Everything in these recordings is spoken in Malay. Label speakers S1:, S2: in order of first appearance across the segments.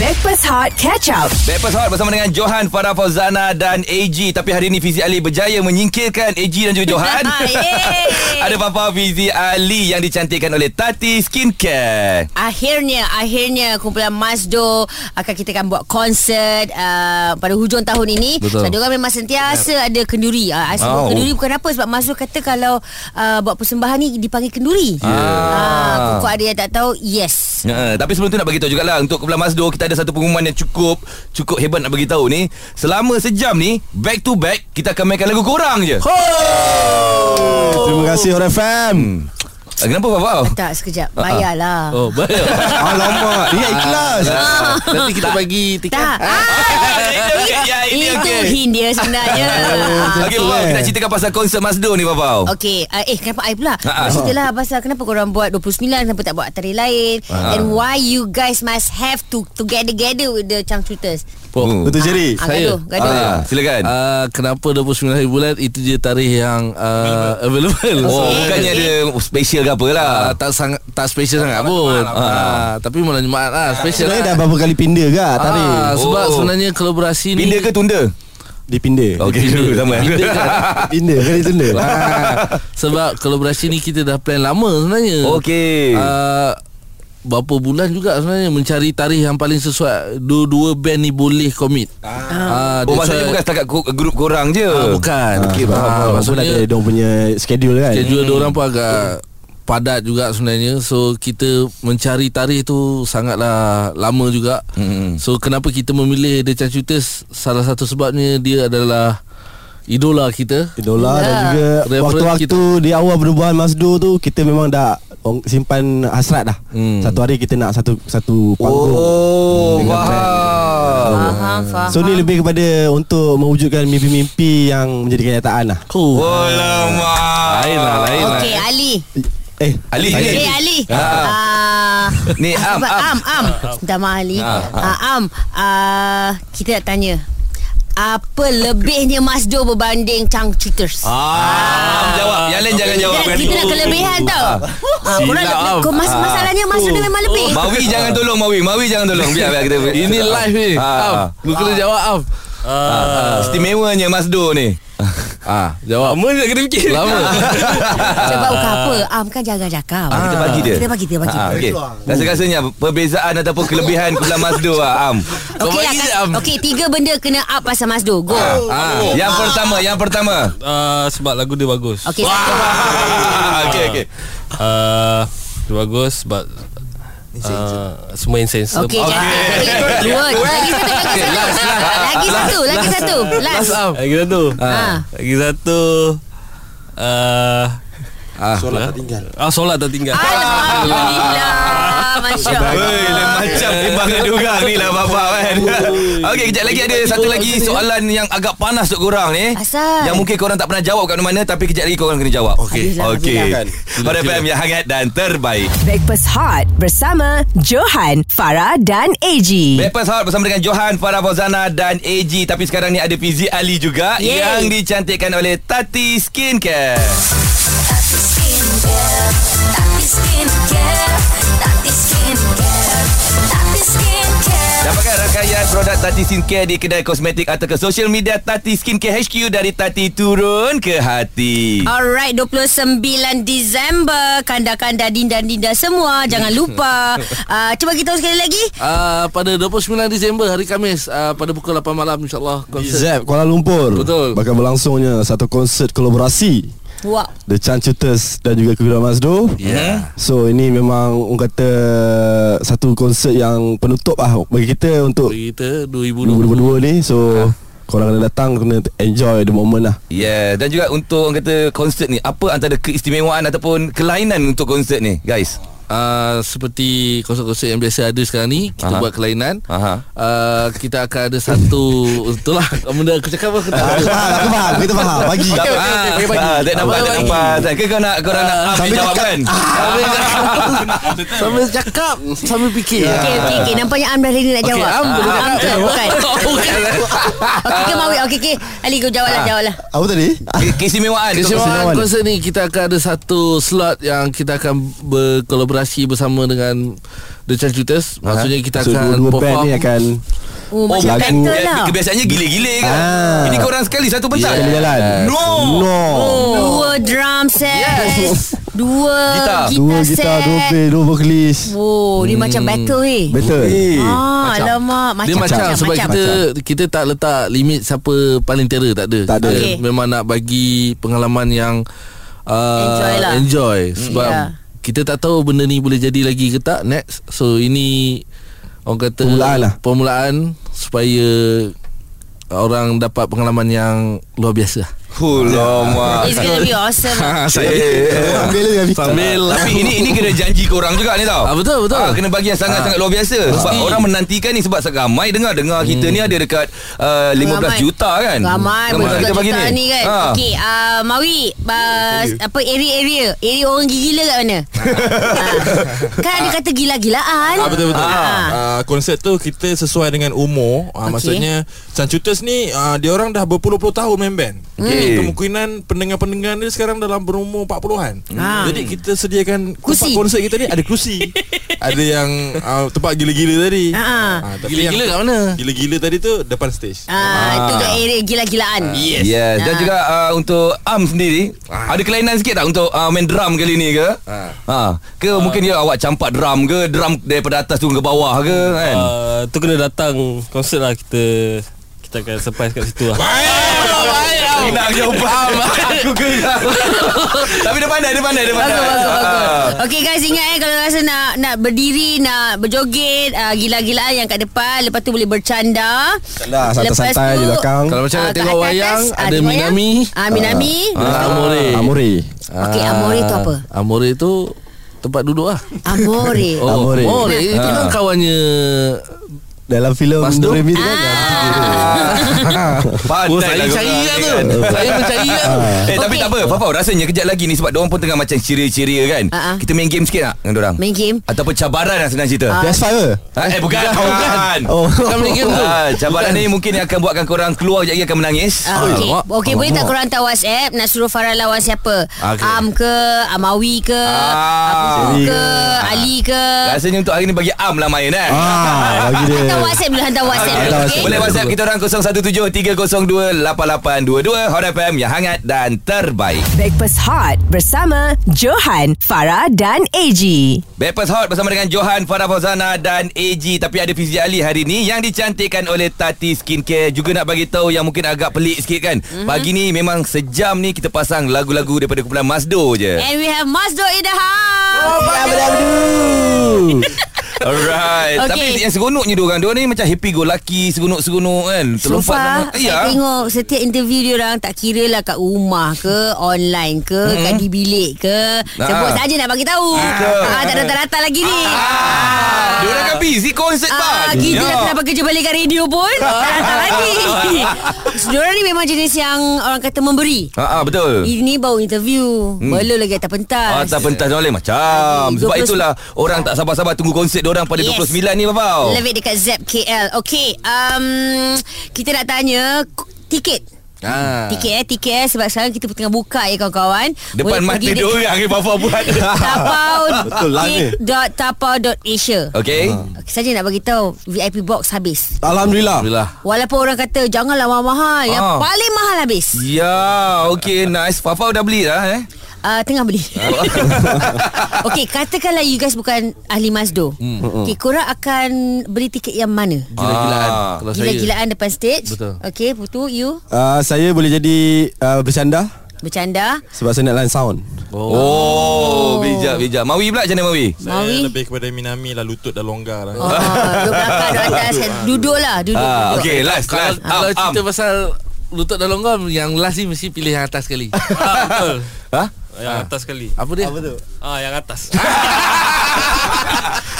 S1: Backpass Hot Catch Up.
S2: Backpass Hot bersama dengan Johan, Farah Fauzana dan AG. Tapi hari ini Fizi Ali berjaya menyingkirkan AG dan juga Johan.
S3: Yeay.
S2: Ada Papa Fizi Ali yang dicantikkan oleh Tati Skincare.
S3: Akhirnya, akhirnya kumpulan Mazdo akan kita akan buat konsert uh, pada hujung tahun ini.
S2: Betul. Ya.
S3: Sebab diorang memang sentiasa ada kenduri. Uh, I sebut
S2: Oh.
S3: kenduri bukan apa sebab Mazdo kata kalau uh, buat persembahan ni dipanggil kenduri. Yeah.
S2: Ah.
S3: Uh, Kok ada yang tak tahu, yes.
S2: Ya, tapi sebelum tu nak beritahu jugalah Untuk Kumpulan Masdo Kita ada satu pengumuman yang cukup Cukup hebat nak beritahu ni Selama sejam ni Back to back Kita akan mainkan lagu korang je
S4: Oh!
S5: Terima kasih Hot FM
S2: Ah, Kenapa Fafau?
S3: Tak,
S2: Ah,
S3: sekejap. Bayarlah.
S4: Oh, baik.
S5: Alamak Ingat Ah, ikhlas
S2: Ah.
S4: Nanti kita bagi tiket.
S3: Tak. Ah,
S2: Ya, ini
S3: itu
S2: okey.
S3: hin dia sebenarnya. Ah.
S2: Okey, Fafau Kita nak ceritakan pasal konsert Masdo ni Fafau
S3: Okey, uh, eh kenapa I pula?
S2: Ha, ha.
S3: Ceritalah pasal kenapa korang buat 29 kenapa tak buat tarikh lain
S2: Ha,
S3: and why you guys must have to to get together with the changcuters.
S2: Oh.
S5: Betul Jerry
S3: Ah,
S4: Saya?
S3: gaduh, gaduh.
S2: Ah, silakan.
S4: Uh, kenapa 29 hari bulan Itu je tarikh yang uh, Available
S2: Oh,
S3: Okey.
S2: bukannya ada special ke apa lah.
S4: Ah, tak sangat tak special sangat pun. Ah, tapi malam Jumaat lah
S2: Ya,
S4: special.
S5: Sebenarnya dah
S4: Lah.
S5: berapa kali pindah ke Tadi
S4: Ah, sebab
S2: Oh.
S4: sebenarnya kolaborasi ni
S2: Pindah ke tunda?
S5: Dipindah
S2: Okey, dulu sama.
S4: Pindah ke?
S5: Pindah kali tunda
S4: Ah, sebab kolaborasi ni kita dah plan lama sebenarnya.
S2: Okey.
S4: Uh, berapa bulan juga sebenarnya mencari tarikh yang paling sesuai dua-dua band ni boleh commit. Ah,
S2: Oh,
S4: that's
S2: maksudnya
S4: why-
S2: bukan setakat ku- grup korang je.
S4: Ah, bukan.
S5: Okey faham
S4: Ah,
S5: faham. Pun
S4: maksudnya
S5: ada dia punya schedule kan
S4: schedule hmm. orang pun agak padat juga sebenarnya. So kita mencari tarikh tu sangatlah lama juga.
S2: Hmm.
S4: Hmm. So kenapa kita memilih The Chanchutes salah satu sebabnya dia adalah idola kita.
S5: Idola dan juga
S4: Reference
S5: Waktu-waktu di awal perubahan Masdo tu Kita memang dah ong- Simpan hasrat dah
S4: Hmm.
S5: Satu hari kita nak satu Satu panggung
S2: Oh,
S5: Dengan
S2: faham.
S3: Faham, faham.
S5: So ni lebih kepada Untuk mewujudkan mimpi-mimpi Yang menjadi kenyataan lah
S4: Cool.
S2: Oh, lama.
S4: Lain lah, lain lah.
S3: Okey, Ali.
S5: Eh
S2: Ali.
S3: Eh, Ali. Ah.
S2: Ha, Ni, Am,
S3: Apa,
S2: Am. Ha,
S3: Am, Am. Minta maaf, Ali.
S2: Ah,
S3: Ah, Am, ah, kita nak tanya. Apa lebihnya Masdo berbanding changcuters?
S2: Ah, jawab. Yang lain jangan jawab.
S3: Kita, kita nak kelebihan tau. Ah, korang nak,
S4: Silap, Am.
S3: kau mas, masalahnya Masdo dia memang lebih.
S2: Mawi jangan tolong Mawi. Mawi jangan tolong. Biar biar kita.
S4: Ini live ni.
S2: Ah,
S4: Am,
S2: ah.
S4: lu kena jawab Am.
S2: Ah, Istimewanya Mas Do ni.
S4: Ah, jawab. Lama nak kena fikir. Lama.
S3: Sebab bukan apa Am kan jaga cakap
S2: Ah, kita bagi dia.
S3: Kita bagi dia bagi
S2: Ah,
S3: dia.
S2: okey. Rasa-rasanya perbezaan ataupun kelebihan kumpulan Mas Do ah, Am.
S4: Kau
S3: Okey lah
S4: bagi
S3: kan,
S4: dia, Am.
S3: Okey tiga benda kena up pasal Masdo Go
S2: Ah, yang pertama, yang pertama.
S6: Uh, sebab lagu dia bagus.
S3: Okey satu
S2: Ah, Okey okey.
S4: Ah.
S6: Uh, dia bagus sebab uh, semua insensor.
S3: Okey jangan Dua Lagi satu Lagi satu Lagi satu Lagi satu Last
S4: Last Am.
S6: Lagi satu.
S3: Ah.
S6: Lagi satu. Uh,
S4: Ah.
S5: Solat tak tinggal
S6: ah solat tak tinggal.
S3: Alhamdulillah Masya Allah
S2: Hei, lain macam timbangan diorang ni lah bapak kan Okey, kejap lagi ada satu lagi soalan yang agak panas untuk korang ni
S3: Asal? lah,
S2: Yang mungkin korang tak pernah jawab kat mana-mana Tapi kejap lagi korang kena jawab
S3: Okey. Alhamdulillah,
S2: Okey
S3: alhamdulillah.
S2: Hot FM yang hangat dan terbaik
S1: Backpass Hot bersama Johan, Farah dan AG.
S2: Breakfast Hot bersama dengan Johan, Farah Fauzana dan AG Tapi sekarang ni ada Fizi Ali juga
S3: Yeay.
S2: Yang dicantikkan oleh Tati Skincare
S7: Tati Skincare, Tati Skincare, Tati Skincare, Tati Skincare.
S2: Dapatkan rangkaian produk Tati Skincare di kedai kosmetik atau ke social media Tati Skincare HQ dari Tati turun ke hati.
S4: Ah.
S3: Alright 29 Disember Kanda-kanda Dinda-dinda semua Jangan lupa uh, Cuba kita tahu sekali lagi
S4: Uh, pada 29 Disember hari Khamis uh, pada pukul 8 malam insyaallah konsert.
S5: Zep Kuala Lumpur
S4: Betul.
S5: Bakal berlangsungnya Satu konsert kolaborasi
S3: Wow
S5: The Chanchuters Dan juga Kumpulan Mazdo
S2: Ya.
S4: Yeah.
S5: So ini memang Orang kata Satu konsert yang Penutup lah Bagi kita untuk
S4: Bagi kita
S5: 2022
S4: 2020.
S5: ni So
S4: Ha.
S5: Korang kena datang Kena enjoy the moment lah
S2: Yeah, Ya, dan juga untuk orang kata konsert ni, apa antara keistimewaan ataupun kelainan untuk konsert ni, guys?
S4: Uh, seperti konsert-konsert yang biasa ada sekarang ni kita
S2: Aha.
S4: buat kelainan.
S2: Aha.
S4: Uh, kita akan ada satu itulah benda aku cakap apa aku tak tahu.
S5: Faham Aku faham Kita faham Bagi
S2: Tak
S4: okey, okey, okey, bagi.
S2: ah, tak nampak,
S4: Bagi,
S2: tak
S4: bagi.
S2: nampak. Tak ke kau nak kau nak ah, ambil
S5: sambil
S2: jawapan?
S4: Sambil cakap Sambil cakap Sambil fikir
S3: Okey, okey, okey. Nampaknya Am dah ready nak
S4: Okey,
S3: jawab.
S4: Am boleh
S3: Ah, Am
S4: jawab.
S3: kan? Bukan.
S4: Bukan.
S3: Okey, ke Mawi? Okey, okey. Ali, kau jawab lah, jawab lah.
S5: Apa tadi?
S2: Ke- Keistimewaan. untuk
S4: Kesemuaan
S5: Kesemuaan.
S4: konsert ni Kita akan ada satu slot Yang kita akan berkolaborasi bersama dengan The Chance Shooters Maksudnya kita
S5: so,
S4: akan
S5: dua-dua band
S4: perform
S5: ni akan
S3: Oh,
S2: Oh,
S3: macam
S2: bukan
S5: lagu-
S3: battle lah
S2: Kebiasaannya gila-gila kan
S5: Ah.
S2: Ini korang sekali satu pentas
S5: Sekali jalan
S2: No
S5: No
S3: Dua drum set
S2: Yes.
S3: Oh. Dua
S2: Gitar.
S3: gitar,
S5: Dua gitar
S3: set
S5: Dua bass Dua vokalis
S3: Wow Dia macam battle eh
S5: Betul
S3: Ah, alamak macam,
S4: dia macam, macam sebab macam, kita macam. kita tak letak limit siapa paling terror tak ada.
S5: Tak ada.
S4: Kita
S3: Okey.
S4: Memang nak bagi pengalaman yang uh,
S3: Enjoy lah. ya.
S4: enjoy sebab
S3: Yeah.
S4: yeah. kita tak tahu benda ni boleh jadi lagi ke tak next. So ini orang kata
S5: Permulaan lah.
S4: Permulaan supaya orang dapat pengalaman yang luar biasa.
S2: Alamak
S3: It's gonna be awesome
S2: Kan. Saya
S4: Sambil
S2: Tapi ini ini kena janji korang juga ni tau.
S4: Ah, betul, betul.
S2: Ah, kena bagi yang sangat-sangat luar biasa sebab orang menantikan ni sebab ramai dengar-dengar kita ni ada dekat uh, 15
S3: Ramai.
S2: juta kan.
S3: Ramai
S2: Ramai
S3: betul
S2: kita bagi
S3: juta ni kan
S2: Ah.
S3: Okey uh, Mawi uh, Apa area-area Area orang gila kat mana ha. Kan ada kata gila-gilaan
S6: Ah, betul betul.
S3: Ah.
S6: Ah. Ah, konsert tu kita sesuai dengan umur.
S3: Okey.
S6: Ah, okay. Maksudnya Sanchutas ni ah, dia orang dah berpuluh-puluh tahun main band.
S3: Hmm.
S2: Okey.
S6: Okay. Kemungkinan pendengar-pendengar dia sekarang dalam berumur 40-an.
S3: Ah.
S6: Jadi kita sediakan
S3: Kerusi.
S6: tempat konsert kita ni ada kerusi. ada yang ah, tempat gila-gila tadi.
S3: Ah.
S6: Ah, tapi
S4: gila-gila
S6: yang-
S4: kat mana?
S6: Gila-gila tadi tu depan stage.
S3: Ah, itu kat area gila-gilaan.
S2: Yes. yes. Dan
S3: Ah.
S2: juga uh, untuk Am sendiri Ada kelainan sikit tak Untuk uh, main drum kali ni ke
S6: Ah.
S2: ha. Ke mungkin dia awak campak drum ke Drum daripada atas turun ke bawah ke kan
S4: Ah.
S8: Uh, tu kena datang konsert lah kita kita akan surprise kat situ lah.
S2: Nak jawapan Aku gerak Tapi dia pandai Dia pandai Dia pandai
S3: Bagus, bagus,
S2: Ah.
S3: bagus. Okay guys, ingat eh kalau rasa nak nak berdiri, nak berjoget, uh, gila-gilaan yang kat depan, lepas tu boleh bercanda.
S5: Dah Ah, santai-santai je belakang
S4: Kalau macam
S3: ah,
S4: nak
S3: kat
S4: tengok
S3: atas,
S4: wayang
S3: ah,
S4: ada
S3: tengok wayang.
S4: Minami.
S3: Ah, Minami.
S4: Ah, Amore.
S5: Amore
S3: Okey, Amore tu apa?
S4: Ah, Amore tu tempat duduk lah.
S3: Amore.
S4: Oh,
S5: Amore.
S4: Amore. Amore. Itu kan kawannya
S5: Dalam filem
S4: Mas Dom?
S5: Doremi tu kan
S2: Pandai
S4: Oh, saya
S2: lah
S4: cari
S2: korang
S4: lah
S2: ni
S4: tu.
S2: kan.
S4: Saya mencari lah tu.
S2: Eh tapi tak apa Fafau rasanya kejap lagi ni Sebab diorang pun tengah macam ceria-ceria kan
S3: Ah, ah.
S2: Kita main game sikit tak Dengan diorang
S3: Main game.
S2: Ataupun cabaran lah senang cerita
S5: PS5 ke?
S2: ha, Eh bukan Bukan
S5: Oh
S4: Bukan main game tu.
S2: Ah, cabaran ni mungkin yang akan buatkan korang keluar kejap lagi akan menangis.
S3: Ah, Okey,
S4: Alamak.
S3: okay, boleh tak korang hantar WhatsApp Nak suruh Farah lawan siapa
S2: Okey.
S3: Am ke Amawi ke
S2: Ah.
S3: Abu ke
S5: Sherry.
S3: Ali ke
S2: Rasanya untuk hari ni bagi Am lah main eh.
S5: Ah, bagi dia.
S3: Hantar WhatsApp dulu Hantar WhatsApp
S5: Okey,
S3: dulu
S5: hantar
S3: okay?
S2: Boleh WhatsApp kita orang 0173028822 Hot FM yang hangat dan terbaik.
S1: Breakfast Hot bersama Johan, Farah dan AG.
S2: Breakfast Hot bersama dengan Johan, Farah Fauzana dan AG tapi ada Fizi Ali hari ni yang dicantikkan oleh Tati Skincare juga nak bagi tahu yang mungkin agak pelik sikit kan. Mm-hmm. Pagi ni memang sejam ni kita pasang lagu-lagu daripada kumpulan Masdo je.
S3: And we have Masdo in the house
S2: Oh, Alright.
S3: Okay.
S2: Okay. Tapi yang seronoknya diorang, diorang ni macam happy go lucky, seronok-seronok kan.
S3: So
S2: Terlompat
S3: far
S2: dengan- Ya.
S3: Saya tengok Setiap interview dia orang Tak kira lah kat rumah ke Online ke mm-hmm. Kat di bilik ke Sebut
S2: Hmm. Ah.
S3: saja nak bagi tahu
S2: Betul.
S3: ah, Tak datang-datang lagi ni
S2: Ah, diorang kan busy konsert
S3: Ah,
S2: bang.
S3: kita
S2: Ya.
S3: dah kenapa kerja balik kat radio pun Tak datang lagi Diorang ni memang jenis yang Orang kata memberi
S2: Ah, ah, betul.
S3: Ini baru interview hmm. Belum lagi atas pentas
S2: Ah, tak pentas orang lain macam.
S3: Lagi
S2: Sebab
S3: 20
S2: itulah orang tak sabar-sabar tunggu konsert orang pada
S3: Yes.
S2: yes. 29 ni babau.
S3: Love it dekat Zep KL Okay um, Kita nak tanya k- Tiket
S4: Ah.
S3: Tiket eh Tiket eh Sebab sekarang kita tengah buka ya kawan-kawan
S2: Depan mata dia orang ni babau buat.
S3: Tapau
S5: Betul lah ni.
S3: Tapau.tapau.asia
S2: Okey.
S3: Saja nak bagi tahu VIP box habis
S5: Alhamdulillah
S4: Alhamdulillah.
S3: Walaupun orang kata Janganlah mahal-mahal Yang
S2: Ah.
S3: paling mahal habis
S2: Ya, okey nice. Fafau dah beli dah eh.
S3: uh, Tengah beli Okay katakanlah you guys bukan Ahli Masdo hmm. Okay korang akan Beli tiket yang mana
S4: Gila-gilaan.
S2: Ah.
S4: Kalau saya.
S3: Gila-gilaan depan stage
S4: Betul.
S3: Okay Putu you
S5: Ah, Saya boleh jadi ah, Bercanda
S3: Bercanda
S5: Sebab saya nak line sound
S2: Oh, bijak bijak. Mawi pula macam mana Mawi?
S6: Saya
S3: Mawi?
S6: lebih kepada Minami lah lutut dah longgar lah.
S3: Oh, duduk belakang, duduk atas Duduk lah Duduk,
S2: Ah,
S3: duduk.
S2: okey last
S4: Kalau,
S2: last.
S8: Ah,
S2: Am,
S4: kalau
S2: am.
S4: cerita pasal lutut dan longgar yang last ni mesti pilih yang atas sekali.
S8: ah, betul.
S2: Ha?
S8: Yang atas sekali.
S4: Apa dia? Apa tu?
S8: Ah yang atas.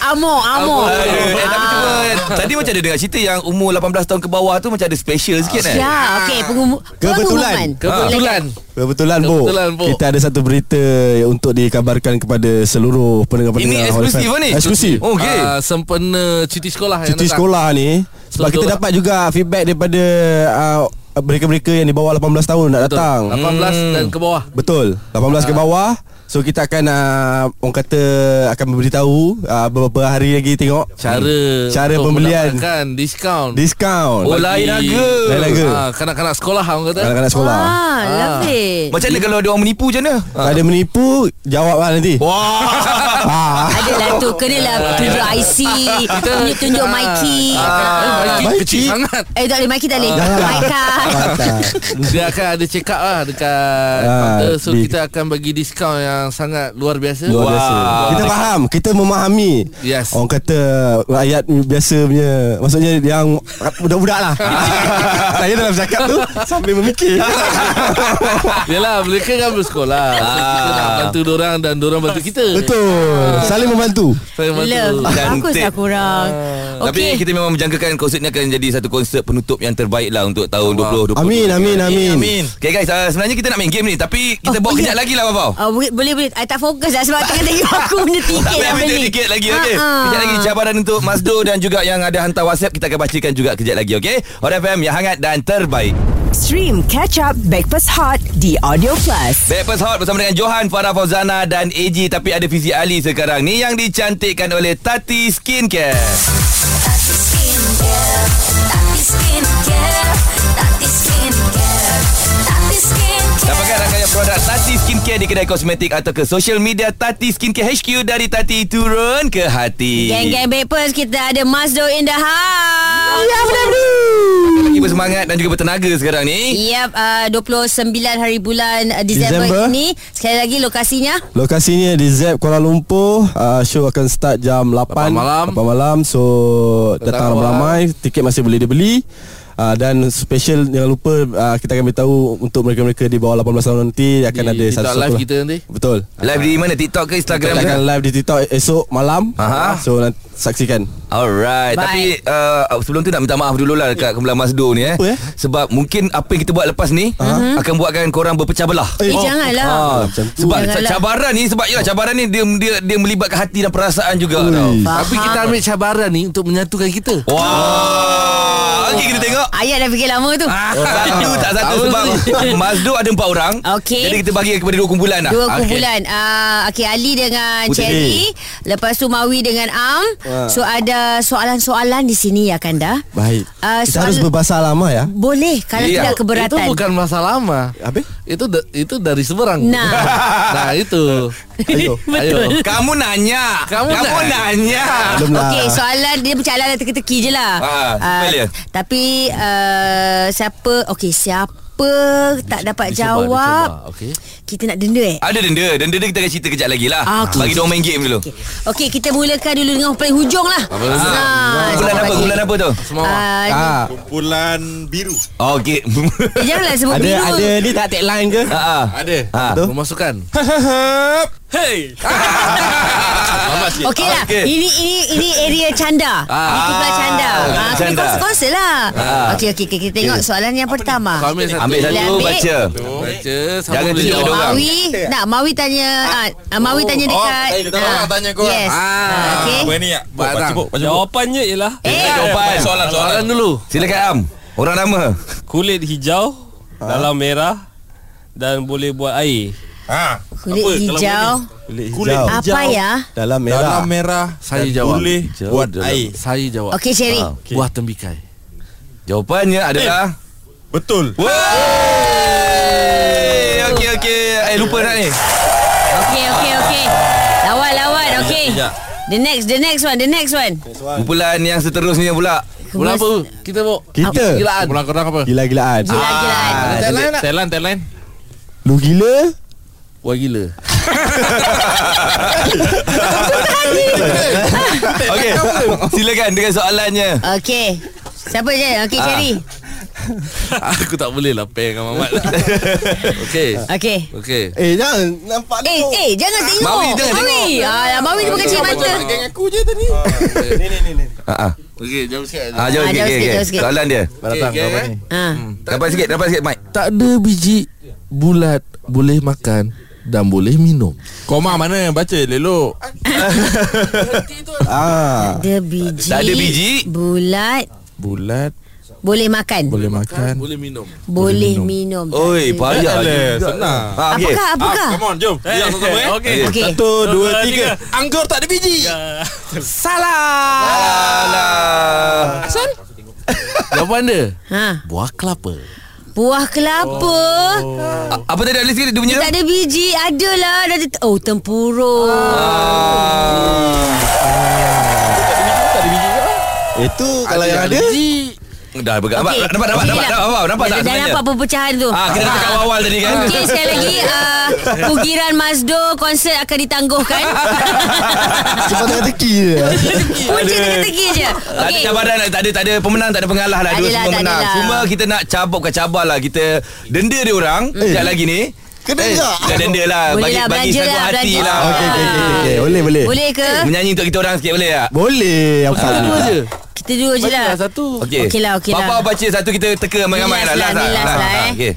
S3: Amor Amor
S2: Aduh, eh, tapi
S3: Ah.
S2: cuma Tadi macam ada dengar cerita Yang umur 18 tahun ke bawah tu Macam ada special sikit eh
S3: Ya okey pengum-
S5: Kebetulan.
S3: pengumuman
S8: Ah.
S3: Ah,
S4: Kebetulan.
S5: Kebetulan Bo
S4: Kebetulan, Bo.
S5: Kita ada satu berita Untuk dikabarkan kepada Seluruh pendengar-pendengar
S2: Ini
S5: Hall
S2: eksklusif
S5: FM.
S2: ni
S5: Eksklusif
S2: Oh okey
S4: Ah, sempena cuti sekolah yang
S5: Cuti
S4: datang.
S5: sekolah ni
S4: So,
S5: Sebab kita
S4: dua-
S5: dapat juga Feedback daripada uh, uh, mereka-mereka yang di bawah 18 tahun nak
S4: Betul.
S5: datang.
S4: 18 hmm. dan ke bawah Ah.
S5: Betul. 18 ke bawah. So kita akan uh, orang kata akan memberitahu uh, beberapa hari lagi tengok
S4: Cara
S5: cara
S4: untuk
S5: pembelian
S4: mendapatkan Diskaun
S5: diskaun.
S2: Oh, lain harga.
S5: Lain harga.
S4: ha, Kanak-kanak sekolah orang kata
S5: Kanak-kanak sekolah.
S3: Ah, love it.
S2: Macam mana kalau dia orang menipu macam mana?
S5: Tak ada menipu, jawab lah nanti.
S2: Wah.
S5: Ah.
S3: Adalah tu Kenalah tunjuk IC Tunjuk, tunjuk Mikey
S5: Ah,
S4: Eh, Mikey
S5: Mikey.
S4: kecil sangat
S3: Eh tak boleh Mikey tak boleh
S5: Janganlah.
S3: Micah
S5: Patah.
S4: Dia akan ada check up lah Dekat
S5: Ah,
S4: counter So
S5: di-
S4: kita akan bagi diskaun yang sangat luar biasa
S5: Luar biasa. Kita faham, kita memahami.
S4: Ah. Yes.
S5: Orang kata rakyat biasa punya, maksudnya yang budak-budak lah. Saya dalam cakap tu sambil memikir.
S4: Yalah mereka kan bersekolah so, Kita nak bantu dorang Dan dorang bantu kita Ah.
S5: Betul. Saling membantu.
S4: Saya bantu
S3: Love Baguslah
S2: Cantik.
S3: korang
S2: Okay. Ah. Tapi
S3: Okay
S2: kita memang menjangkakan konsert ni akan jadi satu konsert penutup yang terbaik lah untuk tahun 2020.
S5: Amin, amin, amin.
S2: Amin. Okay guys, uh, sebenarnya kita nak main game ni tapi kita
S3: Oh,
S2: bawa
S3: oh, ya.
S2: kejap lagi lah Babau.
S3: Oh, boleh, boleh boleh I tak fokus lah Sebab tangan tengok aku punya tiket
S2: Tak payah
S3: yang
S2: minta
S3: beli
S2: tiket lagi okay?
S3: Ha-ha.
S2: Kejap lagi cabaran untuk Masdo Dan juga yang ada hantar whatsapp Kita akan bacakan juga kejap lagi okay? Hot FM yang hangat dan terbaik
S1: Stream Catch Up Backpass Hot di Audio Plus.
S2: Breakfast Hot bersama dengan Johan, Farah Fauzana dan AG Tapi ada Fizi Ali sekarang ni Yang dicantikkan oleh Tati Skincare
S7: Tati skincare, Tati skincare, Tati skincare, Tati skincare.
S2: Dapatkan rangkaian produk Tati Skincare di kedai kosmetik Atau ke social media Tati Skincare HQ Dari Tati turun ke hati
S3: Gang-gang Backpers Kita ada Mazdo in the house Ya benar
S2: Lagi bersemangat dan juga bertenaga sekarang ni
S3: Yap, uh, 29 hari bulan uh, Disember, Disember
S5: Disember.
S3: ini Sekali lagi lokasinya
S5: Lokasinya di ZEP Kuala Lumpur. Uh, show akan start jam 8,
S4: 8 malam.
S5: 8 malam. So
S4: Datang
S5: datang ramai-ramai, tiket masih boleh dibeli. Uh, dan special jangan lupa uh, kita akan beritahu untuk mereka-mereka di bawah 18 tahun nanti akan
S4: Di-
S5: ada
S4: TikTok live kita nanti.
S5: Betul.
S2: Live di mana? TikTok ke Instagram?
S5: Kita
S2: ke?
S5: akan live di TikTok esok malam.
S2: Aha.
S5: So nanti saksikan.
S2: Alright
S3: Baik.
S2: Tapi uh, sebelum tu nak minta maaf dulu lah Dekat Kembelan Masdo ni eh.
S5: Apa, eh?
S2: Sebab mungkin apa yang kita buat lepas ni uh-huh. Akan buatkan korang berpecah belah
S3: Eh, janganlah.
S2: Ah,
S5: Oh, Macam tu.
S2: sebab
S3: Janganlah.
S2: cabaran ni sebab yalah cabaran ni dia dia dia melibatkan hati dan perasaan juga Ui. tau.
S3: Faham.
S4: Tapi kita ambil cabaran ni Untuk menyatukan kita
S2: Wah. Okey kita tengok.
S3: Ayat dah fikir lama tu
S2: Ah, Satu tak satu sebab Mazdo ada empat orang.
S3: Okey.
S2: Jadi kita bagi kepada dua kumpulan lah.
S3: Dua kumpulan okay. Uh, okay Ali dengan
S5: Puteri.
S3: Putri. Cherry Lepas tu Mawi dengan Am
S2: Ah.
S3: So ada soalan-soalan di sini ya Kanda
S5: Baik.
S3: Ah,
S5: kita
S3: soal-
S5: harus berbahasa lama ya.
S3: Boleh kalau
S2: Iya.
S3: tidak keberatan
S4: Itu bukan masa lama
S5: Habis?
S4: Itu da- itu dari seberang
S3: Nah.
S4: Nah itu
S5: Ayo.
S4: Betul
S2: Kamu nanya.
S4: Kamu
S2: nanya.
S3: Ya.
S5: Belum lah.
S3: Okey, soalan dia macam alat teki-teki je lah.
S2: Ah, boleh dia.
S3: tapi uh, siapa okey siapa tak dapat jawab
S4: Okey
S3: kita nak denda eh.
S2: Ada denda. Denda dia kita akan cerita kejap lagi lah.
S3: Ah, okey.
S2: Bagi dia orang main game dulu.
S3: Okey, okay, kita mulakan dulu dengan paling hujung lah. Ah,
S2: Kumpulan apa? Kumpulan apa tu?
S4: Semua
S5: Ah,
S6: Kumpulan biru
S2: Okey.
S3: Eh, janganlah sebut
S5: ada
S3: biru.
S5: ada ni tak tagline ke?
S2: Ha ah.
S6: Ada
S2: Ha.
S4: ah. Rumah sukan
S8: Hey
S6: Selamat sikit
S3: Okey lah
S2: Okey.
S3: okay. Ini ini ini area canda ah, Ini kumpulan canda
S2: Ah,
S3: ah, Kena
S2: canda.
S3: konsel-konsel lah ah. Okey okey okay, kita tengok soalan yang pertama
S4: Kau ambil satu
S2: Ambil satu
S3: Ambil.
S2: baca.
S4: Baca Sama
S2: Jangan
S4: boleh
S2: tunjuk
S4: jawab
S2: pada orang.
S3: Mawi Nak Mawi tanya ah, ah, Mawi tanya
S6: Oh,
S3: dekat
S6: tanya kita orang, tanya korang.
S3: Yes ah, Okey
S6: Apa ni ya?
S4: Barang.
S8: Jawapannya ialah
S3: Eh
S2: Jawapan.
S6: Soalan soalan
S4: Soalan dulu
S2: Silakan Am. Orang nama.
S8: Kulit hijau
S4: Ah.
S8: Dalam merah Dan boleh buat air
S6: Ha
S3: Kulit
S6: Apa kalau
S3: hijau
S8: Kulit hijau
S6: Kulit
S5: Hijau.
S3: Apa ya
S5: Dalam merah.
S6: Dalam merah
S4: Saya
S6: dan
S4: jawab
S6: Boleh
S4: Jawab
S6: buat
S4: dalam-
S6: air
S4: Saya jawab
S3: Okey Sherry
S4: Ah, Buah tembikai
S2: Jawapannya adalah
S6: Betul
S2: Wey! Okey okey. Eh lupa nak ni.
S3: Okey okey okey Lawan lawan Okey The next The next one The next one
S2: Kumpulan yang seterusnya pula.
S4: Bulan apa? Kita bawa Ya.
S5: Kita.
S4: Gilaan Bulan korang apa? Ah, lah.
S5: Gila-gilaan.
S3: Gila-gilaan
S4: Telan Telan Telan
S5: Lu gila?
S4: Wah gila
S2: Okey. Silakan dengan soalannya.
S3: Okey Siapa je Okey Sherry
S4: Aku tak boleh lah Peng dengan Mamat Okey
S3: Okey
S4: Okey
S5: Eh jangan nampak
S3: Eh, eh, jangan tengok.
S2: Mawi, jangan
S3: Mawi.
S2: tengok.
S3: Alah, Mawi dia bukan cik mata.
S6: aku je tadi
S2: Ha ah.
S4: Okey jawab sikit
S2: Ha jauh
S3: Ah, jauh
S2: sikit.
S3: sikit,
S2: okey, okey.
S3: jauh sikit.
S2: Soalan dia.
S4: Datang
S6: okey,
S4: jawapan
S6: eh.
S4: ni
S3: Ha.
S2: Dapat sikit, dapat sikit mic.
S4: Tak ada biji bulat boleh makan dan boleh minum.
S6: Koma mana baca elok
S5: Ah.
S3: Ada biji.
S2: Tak ada biji.
S3: Bulat
S6: Bulat
S3: Boleh makan Boleh,
S5: Boleh makan
S4: Boleh minum
S3: boleh minum, minum.
S2: Oi, payah
S6: Alah,
S2: juga.
S6: senang.
S2: Ha, okey.
S3: Apakah apakah
S6: Come on, jom.
S8: Eh,
S6: Ya, sama-sama eh.
S8: Okey.
S2: Okey.
S3: Okey
S6: Satu, dua,
S8: Dua,
S6: tiga. Anggur tak ada biji.
S5: Ya.
S2: Alah.
S4: Jawapan dia
S3: ha.
S4: Buah kelapa
S3: Buah kelapa oh.
S2: A- Apa tadi ada sikit dia punya?
S3: Tak ada biji Adalah Dah ada- Oh tempurung
S2: Ah.
S5: Itu kalau yang ada
S4: Biji
S2: Dah bergambar.
S3: Okey.
S2: Nampak nampak
S3: Okey,
S2: nampak
S3: dah.
S2: nampak nampak, nampak
S3: dah,
S2: tak
S3: Dah
S2: sebenarnya?
S3: nampak perpecahan tu
S2: Ah, kita dah cakap awal-awal tadi kan.
S3: Okey sekali lagi uh, Pugiran Mazdo Konsert akan ditangguhkan
S5: Cepat tengah teki je
S3: Punca teka-teki je
S2: Tak ada
S3: Okey
S2: cabaran Tak ada, tak ada pemenang Tak ada pengalah lah Dua
S3: Adalah,
S2: semua
S3: tak
S2: menang
S3: adalah.
S2: Cuma kita nak cabut Bukan cabar lah Kita denda dia orang Sekejap lagi ni
S5: Kena tak?
S2: Bukan denda lah
S3: Mm. Boleh
S2: Bagi,
S3: lah,
S2: bagi
S3: belanja
S2: sagu
S3: lah,
S2: hati
S3: belanja.
S2: lah
S5: Okey okey okey okey. Boleh boleh
S3: Ah. Boleh ke?
S2: Menyanyi untuk kita orang sikit boleh tak?
S5: Boleh Apa salah
S4: Dua je
S3: Kita dua je lah
S4: Baiklah, Satu
S2: Okey
S3: Okey lah, okey lah.
S2: Bapak baca satu kita teka ramai-ramai lah
S3: Ni last lah, ni last lah, eh.
S2: Okey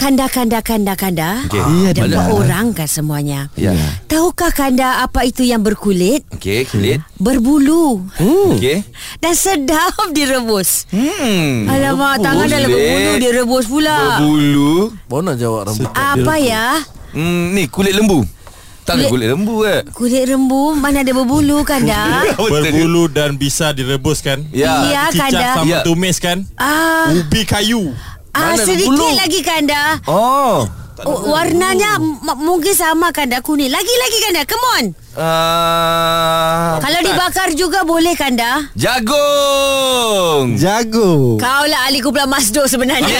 S3: Kanda, kanda, kanda, kanda
S2: Okey.
S5: Iya,
S3: Ada
S5: dah.
S3: empat orang kan semuanya
S2: Ya.
S3: Tahukah kanda apa itu yang berkulit?
S2: Okey kulit
S3: Berbulu
S2: Okey
S3: Dan sedap direbus
S2: Hmm
S3: Alamak, tangan dah
S2: Kulit.
S3: berbulu direbus pula
S2: Ah. Bulu
S4: Baru nak jawab rambut
S3: Apa ya?
S2: Hmm ni kulit lembu Tak ada
S3: Kulit-
S2: kulit lembu eh
S3: Kulit rembu mana ada berbulu kanda?
S6: Berbulu dan bisa direbuskan.
S2: Ya
S3: Iya. Ah,
S6: Cicak
S3: kadang.
S6: sama
S2: Ya.
S6: tumis kan.
S3: Ah,
S6: Ubi kayu.
S3: ah
S4: Mana ada
S3: sedikit
S4: bulu?
S3: lagi kanda.
S2: Oh
S3: Oh, warnanya m- mungkin sama kanda kuning. Lagi-lagi kanda. Come on.
S2: Ah,
S3: Kalau dibakar juga boleh kanda.
S2: Jagung
S5: Jago
S3: Kau lah ahli kumpulan Masdo sebenarnya.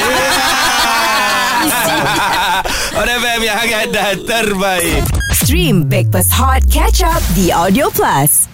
S2: Orang FM yang hangat dan terbaik
S1: Stream Breakfast Hot Catch Up The Audio Plus